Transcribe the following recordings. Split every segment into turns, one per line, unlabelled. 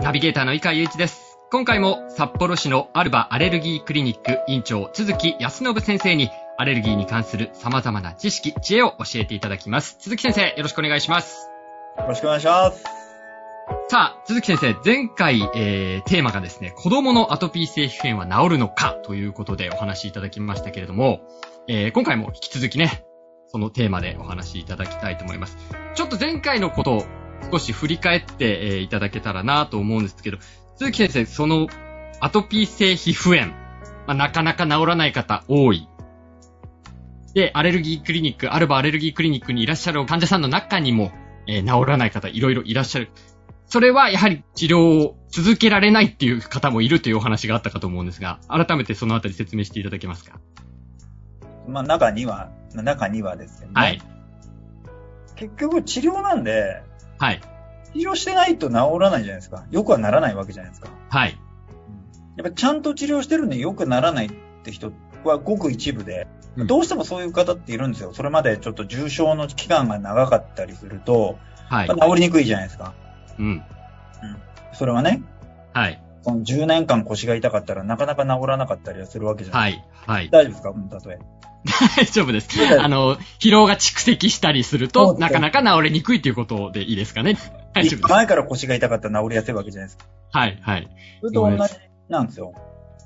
ナビゲーターの井川祐一です。今回も札幌市のアルバアレルギークリニック院長鈴木康信先生にアレルギーに関する様々な知識、知恵を教えていただきます。鈴木先生、よろしくお願いします。
よろしくお願いします。
さあ、鈴木先生、前回、えー、テーマがですね、子供のアトピー性皮膚炎は治るのかということでお話いただきましたけれども、えー、今回も引き続きね、そのテーマでお話いただきたいと思います。ちょっと前回のことを少し振り返っていただけたらなと思うんですけど、鈴木先生、そのアトピー性皮膚炎、まあ、なかなか治らない方多い。で、アレルギークリニック、アルバアレルギークリニックにいらっしゃる患者さんの中にも、えー、治らない方いろいろいらっしゃる。それはやはり治療を続けられないっていう方もいるというお話があったかと思うんですが、改めてそのあたり説明していただけますか。
まあ中には、中にはですね。
はい。
結局治療なんで、
はい。
治療してないと治らないじゃないですか。よくはならないわけじゃないですか。
はい。
やっぱちゃんと治療してるのによくならないって人はごく一部で、うん、どうしてもそういう方っているんですよ。それまでちょっと重症の期間が長かったりすると、
はい、
まあ、治りにくいじゃないですか。
うん。うん、
それはね。
はい。
その10年間腰が痛かったらなかなか治らなかったりはするわけじゃ
ないですか。 はい。はい。
大丈夫ですかうん、例え。
大丈夫です。あの、疲労が蓄積したりすると、なかなか治りにくいということでいいですかね。
大丈夫です。前から腰が痛かったら治りやすいわけじゃないですか。
はい、はい。
それと同じなんですよ。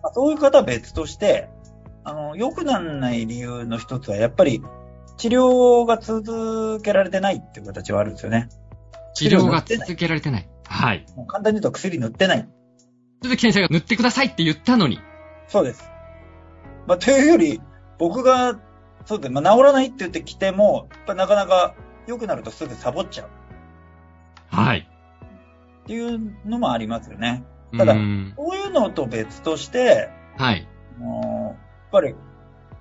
まあ、そういう方は別として、あの、良くならない理由の一つは、やっぱり、治療が続けられてないっていう形はあるんですよね。
治療が続けられてない。はい。
簡単に言うと薬塗ってない。
鈴木先生が塗ってくださいって言ったのに。
そうです。まあ、というより、僕が、そうですね、まあ、治らないって言ってきても、やっぱなかなか良くなるとすぐサボっちゃう。
はい。
っていうのもありますよね。ただ、そういうのと別として、
はい。
もう、やっぱり、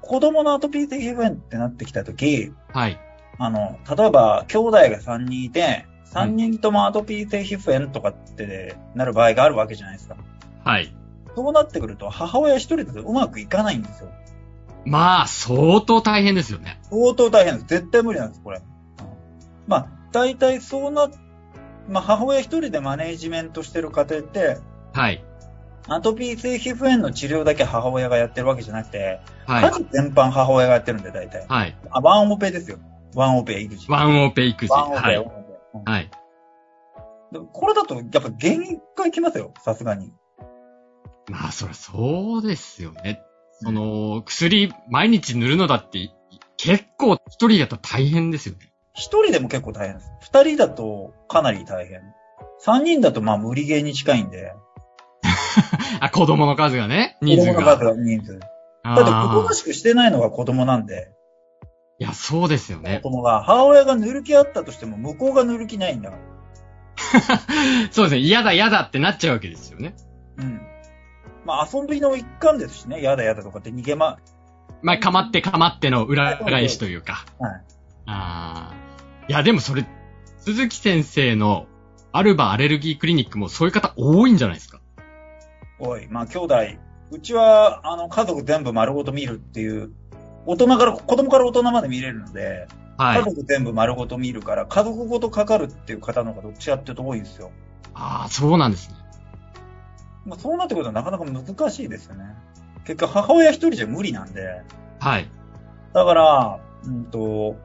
子供のアトピー性皮膚炎ってなってきたとき、
はい。
あの、例えば、兄弟が3人いて、3人ともアトピー性皮膚炎とかってなる場合があるわけじゃないですか。
はい。
そうなってくると、母親1人だとうまくいかないんですよ。
まあ、相当大変ですよね。
相当大変です。絶対無理なんです、これ。まあ、大体そうな、まあ、母親一人でマネージメントしてる家庭って、
はい。
アトピー性皮膚炎の治療だけ母親がやってるわけじゃなくて、はい。家族全般母親がやってるんで、大体。
はい。
あ、ワンオペですよ。ワンオペ育児。
ワンオペ育児。。
ワンオペ、はい
はい。
でもこれだと、やっぱ限界きますよ、さすがに。
まあ、そりゃそうですよね。その、薬毎日塗るのだって、結構一人だと大変ですよね。
一人でも結構大変です。二人だとかなり大変。三人だとまあ無理ゲーに近いんで。
あ、子供の数がね、人数が。
子供の数が人数。だって、おとなしくしてないのが子供なんで。
いや、そうですよね。
子供が、母親が塗る気あったとしても、向こうが塗る気ないんだから。
そうですね。嫌だ嫌だってなっちゃうわけですよね。
うん。まあ、遊びの一環ですしね、やだやだとかって逃げま、
まあ、かまってかまっての裏返しというか。
はい。
ああ。いや、でもそれ、鈴木先生のアルバアレルギークリニックもそういう方多いんじゃないですか
多い。まあ、兄弟、うちは、あの、家族全部丸ごと見るっていう、大人から、子供から大人まで見れるので、
はい。
家族全部丸ごと見るから、家族ごとかかるっていう方の方がどっちかっていうと多いんですよ。
ああ、そうなんですね。
まあ、そうなってくるとなかなか難しいですよね。結果、母親一人じゃ無理なんで。
はい。
だから、うんと、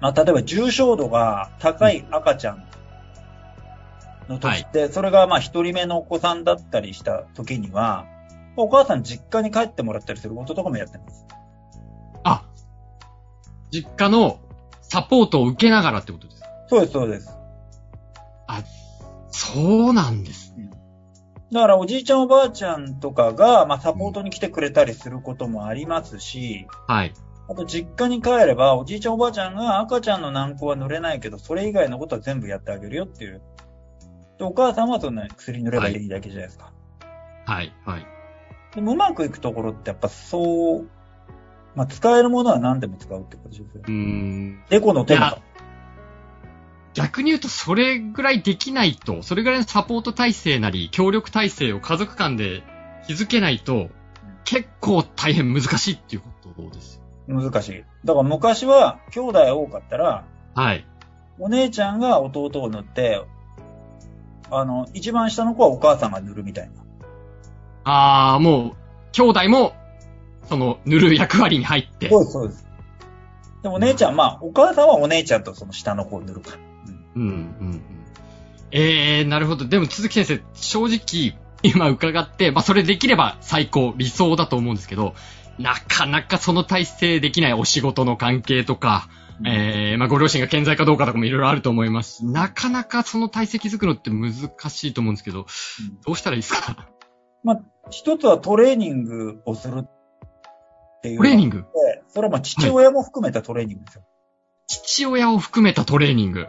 まあ、例えば重症度が高い赤ちゃんの時って、はい、それがまあ一人目のお子さんだったりした時には、お母さん実家に帰ってもらったりすることとかもやってます。
あ、実家のサポートを受けながらってことですか
そうです、そうです。
あ、そうなんですね。
だからおじいちゃんおばあちゃんとかが、まあ、サポートに来てくれたりすることもありますし、
はい。
あと実家に帰れば、おじいちゃんおばあちゃんが赤ちゃんの軟膏は塗れないけど、それ以外のことは全部やってあげるよっていう。でお母さんはそんな薬塗ればいいだけじゃないですか。
はい、はい。
でもうまくいくところってやっぱそう、まあ、使えるものは何でも使うってことですよ
うー
ね。
ん。
エコの手
いや
間。
逆に言うと、それぐらいできないと、それぐらいのサポート体制なり、協力体制を家族間で築けないと、結構大変難しいっていうことですよ。
難しい。だから昔は兄弟多かったら、
はい。
お姉ちゃんが弟を塗って、あの、一番下の子はお母さんが塗るみたいな。
あー、もう、兄弟も、その、塗る役割に入って。
そうです、そうです。でもお姉ちゃん、まあ、お母さんはお姉ちゃんとその下の子を塗るから。
うん、うん、うん。えー、なるほど。でも、鈴木先生、正直、今伺って、まあ、それできれば最高、理想だと思うんですけど、なかなかその体制できないお仕事の関係とか、
うん
えー、まあ、ご両親が健在かどうかとかもいろいろあると思いますし。なかなかその体制築くのって難しいと思うんですけど、
うん
どうしたらいいですか
まあ、一つはトレーニングをするっていう。
トレーニン
グ
グ
それはまあ父親も含めたトレーニングですよ。
父親を含めたトレーニング。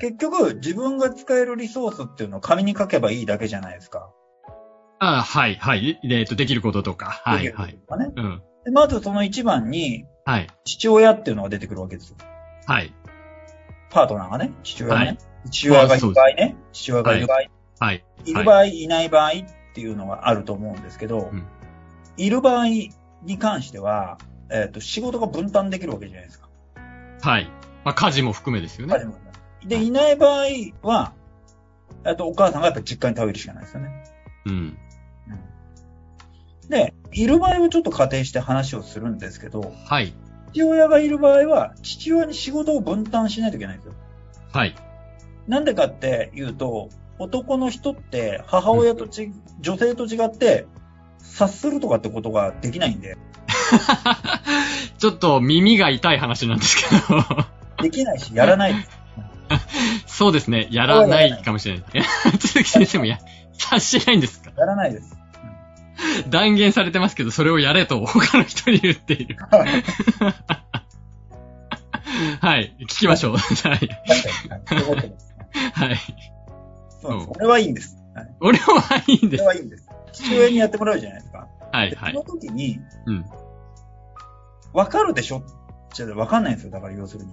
結局、自分が使えるリソースっていうのを紙に書けばいいだけじゃないですか。
あーはい、はい。でえっと、できることとか。はい、はい。。
ね、
うん。
でまずその一番に、
はい、
父親っていうのが出てくるわけですよ。
はい、
パートナーがね、父親がね。
はい
父親がいる場合ね。父親がいる場合、い、
はい。
る場合、い、ない場合っていうのがあると思うんですけど、
うん
いる場合に関しては、えっ、と、仕事が分担できるわけじゃないですか。
はい。まあ、家事も含めですよね。
彼もで、いない場合は、えっと、お母さんがやっぱ実家に食べるしかないですよね。
うん。
で、いる場合をちょっと仮定して話をするんですけど、
はい。
父親がいる場合は、父親に仕事を分担しないといけないんですよ。
はい。
なんでかっていうと、男の人って母親とち、女性と違って、察するとかってことができないんで、
ちょっと耳が痛い話なんですけど、
できないし、やらないです。
そうですね。やらないかもしれない。 鈴木先生もや、察しないんですか
やらな いです。
断言されてますけど、それをやれと他の人に言って いる。
はい。
はい。聞きま しょう。はい。
確かに。はいそういうことですね
はい。
そうで
う
す
ん
これはいいんです。はい
俺はいいん
こ
で
れ
す。
はいいんです。父親にやってもらうじゃないですか。
はい、
で
は
そ
い
の。時に、
うん。
わかるでしょじゃあわかんないんですよ。だから要するに。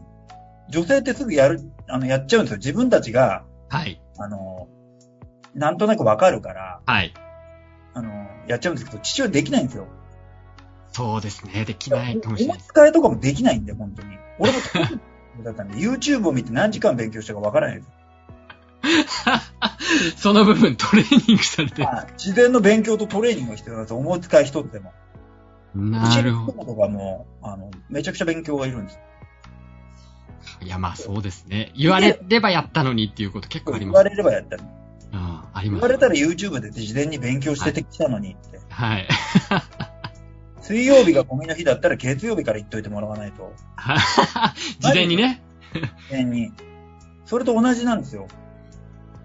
女性ってすぐやる、あの、やっちゃうんですよ。自分たちが、
はい。
あの、なんとなくわかるから、
はい。
あの、やっちゃうんですけど、父親できないんですよ。
そうですね。できないかもしれ
お
ない
持ち。替えとかもできないんで、本当に。俺も、だったんで、YouTube を見て何時間勉強したかわからないです。
その部分トレーニングされてる。
はい事前の勉強とトレーニングが必要なんですよ。お持ち替え一つでも。
なる
う
ほ
ちの子とかも、あの、めちゃくちゃ勉強がいるんですよ。
ど。いや、まあそうですね。言われればやったのにっていうこと結構あり
言
ま
わ
す。
れればやったり。
うん、あり
言
ま
わ
す
れ。たら YouTube で事前に勉強してきたのにって。
はい。
水曜日がゴミの日だったら月曜日から言っといてもらわないと。
事前にね。
事前に。それと同じなんですよ。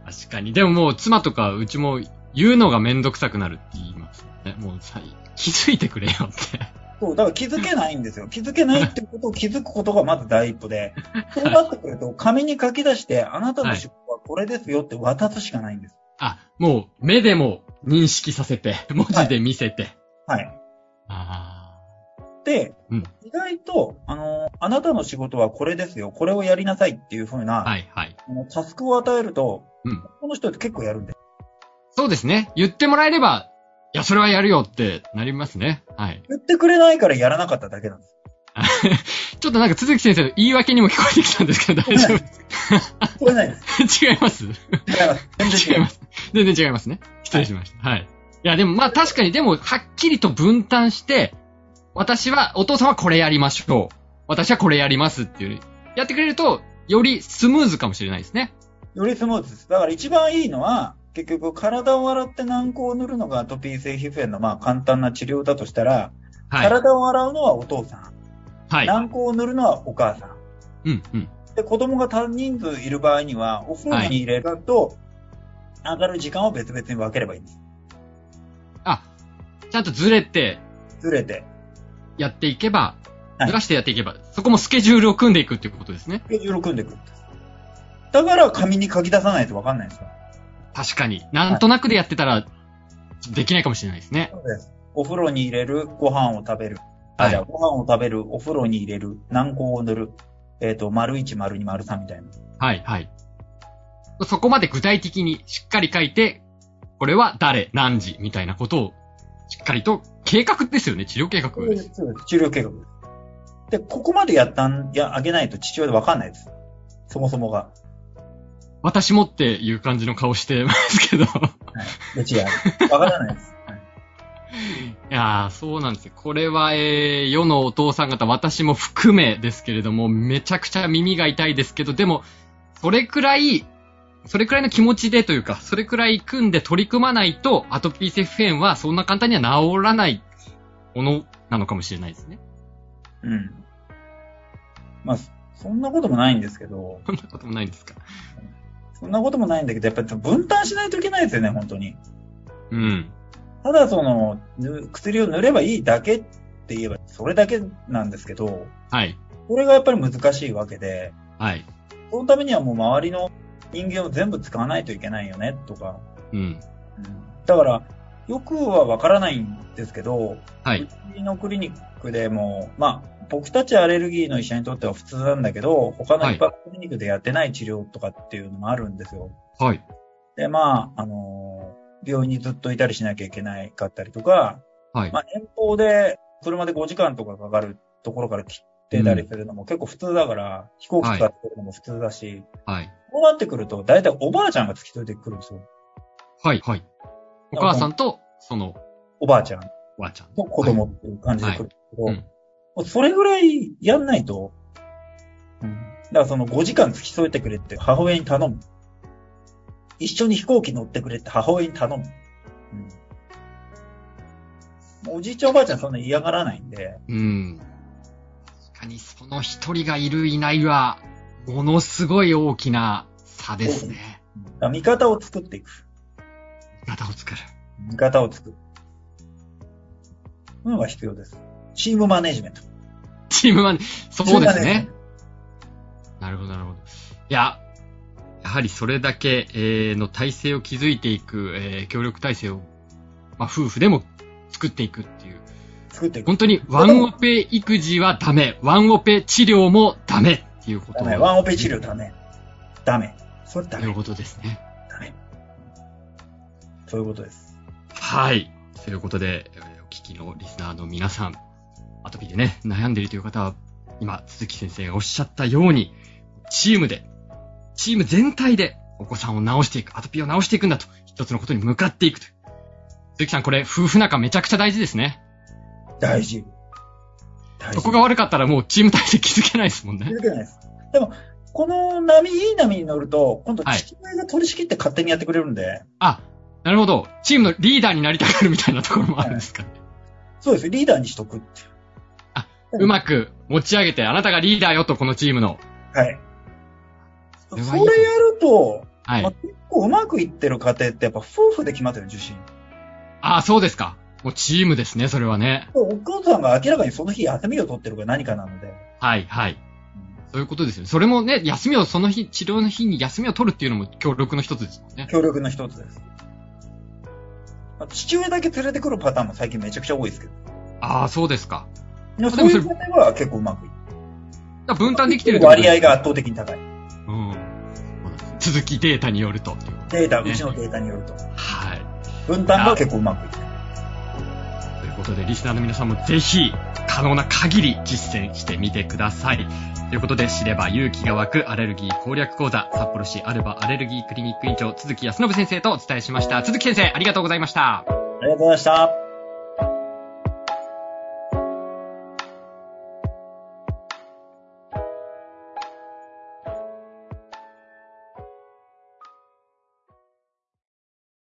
確かに。でももう妻とかうちも言うのがめんどくさくなるって言いますね。もうさ、気づいてくれよ って。
そう、だから気づけないんですよ。気づけないってことを気づくことがまず第一歩 で。そうなってくると、紙に書き出して、あなたの仕事はこれですよって渡すしかないんです。
あ、もう目でも認識させて、文字で見せて。
はい。
あ
で、
うん
意外と、あの、あなたの仕事はこれですよ。これをやりなさいっていうふうな、
あ。はいはい。
あのタスクを与えると、
うん
この人って結構やるんで。
そうですね。言ってもらえれば、いや、それはやるよってなりますね。はい。
言ってくれないからやらなかっただけなんです。
ちょっとなんか、鈴木先生の言い訳にも聞こえてきたんですけど、大丈夫
聞こえないです。
違います
だから全然
違います。全然違いますね。失礼しました。はい。いや、でもまあ確かに、でも、はっきりと分担して、私は、お父さんはこれやりましょう。私はこれやりますっていう。やってくれると、よりスムーズかもしれないですね。
よりスムーズです。だから一番いいのは、結局体を洗って軟膏を塗るのがアトピー性皮膚炎のまあ簡単な治療だとしたら、
はい。
体を洗うのはお父さん、
はい。
軟膏を塗るのはお母さん。
うん、うん。
で、子供が多人数いる場合には、お風呂に入れると、上がる時間を別々に分ければいいんです。
あ、ちゃんとずれて
ずれて。
やっていけば、
はい
ずらしてやっていけば、そこもスケジュールを組んでいくっていうことですね。
スケジュールを組んでくるんです。だから紙に書き出さないと分かんないんですよ。
確かに。なんとなくでやってたら、できないかもしれないですね。
そうです。お風呂に入れる、ご飯を食べる。あ、
はい
じゃあ、ご飯を食べる、お風呂に入れる、軟膏を塗る。えっ、と、丸一、丸二、丸三みたいな。
はい、はい。そこまで具体的にしっかり書いて、これは誰、何時、みたいなことを、しっかりと計画ですよね、治療計画。
そうです治療計画です。で、ここまでやったん、いや、あげないと父親でわかんないです。そもそもが。
私もっていう感じの顔してますけど。 い
で、違う。わからないです。はい
やー、そうなんですよ。これは、えー、世のお父さん方、私も含めですけれども、めちゃくちゃ耳が痛いですけど、でも、それくらい、それくらいの気持ちでというか、それくらい組んで取り組まないと、アトピー性皮膚炎はそんな簡単には治らないものなのかもしれないですね。
うん。まあ、そんなこともないんですけど、
そんなこともないんですか。
そんなこともないんだけど、やっぱり分担しないといけないですよね、本当に。
うん。
ただ、その、ぬ薬を塗ればいいだけって言えば、それだけなんですけど、
はい。
これがやっぱり難しいわけで、
はい。
そのためにはもう周りの人間を全部使わないといけないよね、とか。
うん。
うんだから、よくはわからないんですけど、
はい。
うちのクリニックでも、まあ、僕たちアレルギーの医者にとっては普通なんだけど、他の一般クリニックでやってない治療とかっていうのもあるんですよ。
はい。
で、まあ、あのー病院にずっといたりしなきゃいけないかったりとか、
はい
ま。あ、遠方で車で5時間とかかかるところから切ってたりするのも結構普通だから、飛行機使ってくるのも普通だし、
はい。
こうなってくると、大体おばあちゃんが付き添いてくるんですよ。
はい。はい。お母さんと、その、
おばあちゃん
おばあちゃん。
と子供っていう感じで来るんですけど、
はいうん
もうそれぐらいやんないと、うん、だからその5時間付き添えてくれって母親に頼む。一緒に飛行機乗ってくれって母親に頼む。うん、もうおじいちゃんおばあちゃんそんな嫌がらないんで、
うん。確かに、その一人がいる、いないは、ものすごい大きな差ですね。
だから味方を作っていく。
味方を作る。
味方を作る。そういうのが必要です。チームマネジメント。
チームマネ、そうです
チームマネジメン
ね
ト。。
なるほど、なるほど。いや、やはりそれだけ、えーの体制を築いていく、えー協力体制を、まあ、夫婦でも作っていくっていう。
作っていく。
本当に、ワンオペ育児はダメ。ワンオペ治療もダメっていうこと
ダメ。ワンオペ治療ダメ。ダメ。それダ
と
メ
いう。ことですね。
ダメ。そういうことです。
はい。ということで、えーお聞きのリスナーの皆さん、アトピーでね、悩んでいるという方は、今、鈴木先生がおっしゃったように、チームで、チーム全体でお子さんを治していく、アトピーを治していくんだと、一つのことに向かっていくと。鈴木さん、これ、夫婦仲めちゃくちゃ大事ですね。
大事。大
そこが悪かったらもうチーム体制築けないですもんね
気。づけないです。でも、この波、いい波に乗ると、今度
はい
父親が取り仕切って勝手にやってくれるんで、
あ、なるほど。チームのリーダーになりたがるみたいなところもあるんですかね。
そうです。リーダーにしとくっていう。はい
うんうまく持ち上げて、あなたがリーダーよと、このチームの。
はい。そ
れ
れ
はいい
やると、
はい
まあ、。結構うまくいってる家庭ってやっぱ夫婦で決まってる受信。
ああ、そうですか。もうチームですね、それはね。
お母さんが明らかにその日休みを取ってるか何かなので、
はい、はい。そういうことですよね。それもね、休みをその日、治療の日に休みを取るっていうのも協力の一つですもんね。
協力の一つです。まあ父親だけ連れてくるパターンも最近めちゃくちゃ多いですけど。
ああ、そうですか。
でも
で
そ
も
う
そ
い
れ
う家庭は結構うまくいっ
だから分担できてるってことで
割
す
合が。圧倒的に高い。
うん。続きデータによるとっていう。
データ、
ね
うちのデータによると。
はい。
分担が結構うまくいってる。
ということで、リスナーの皆さんもぜひ、可能な限り実践してみてください。ということで、知れば勇気が湧くアレルギー攻略講座、札幌市アルバアレルギークリニック院長、鈴木康信先生とお伝えしました。鈴木先生、ありがとうございました。
ありがとうございました。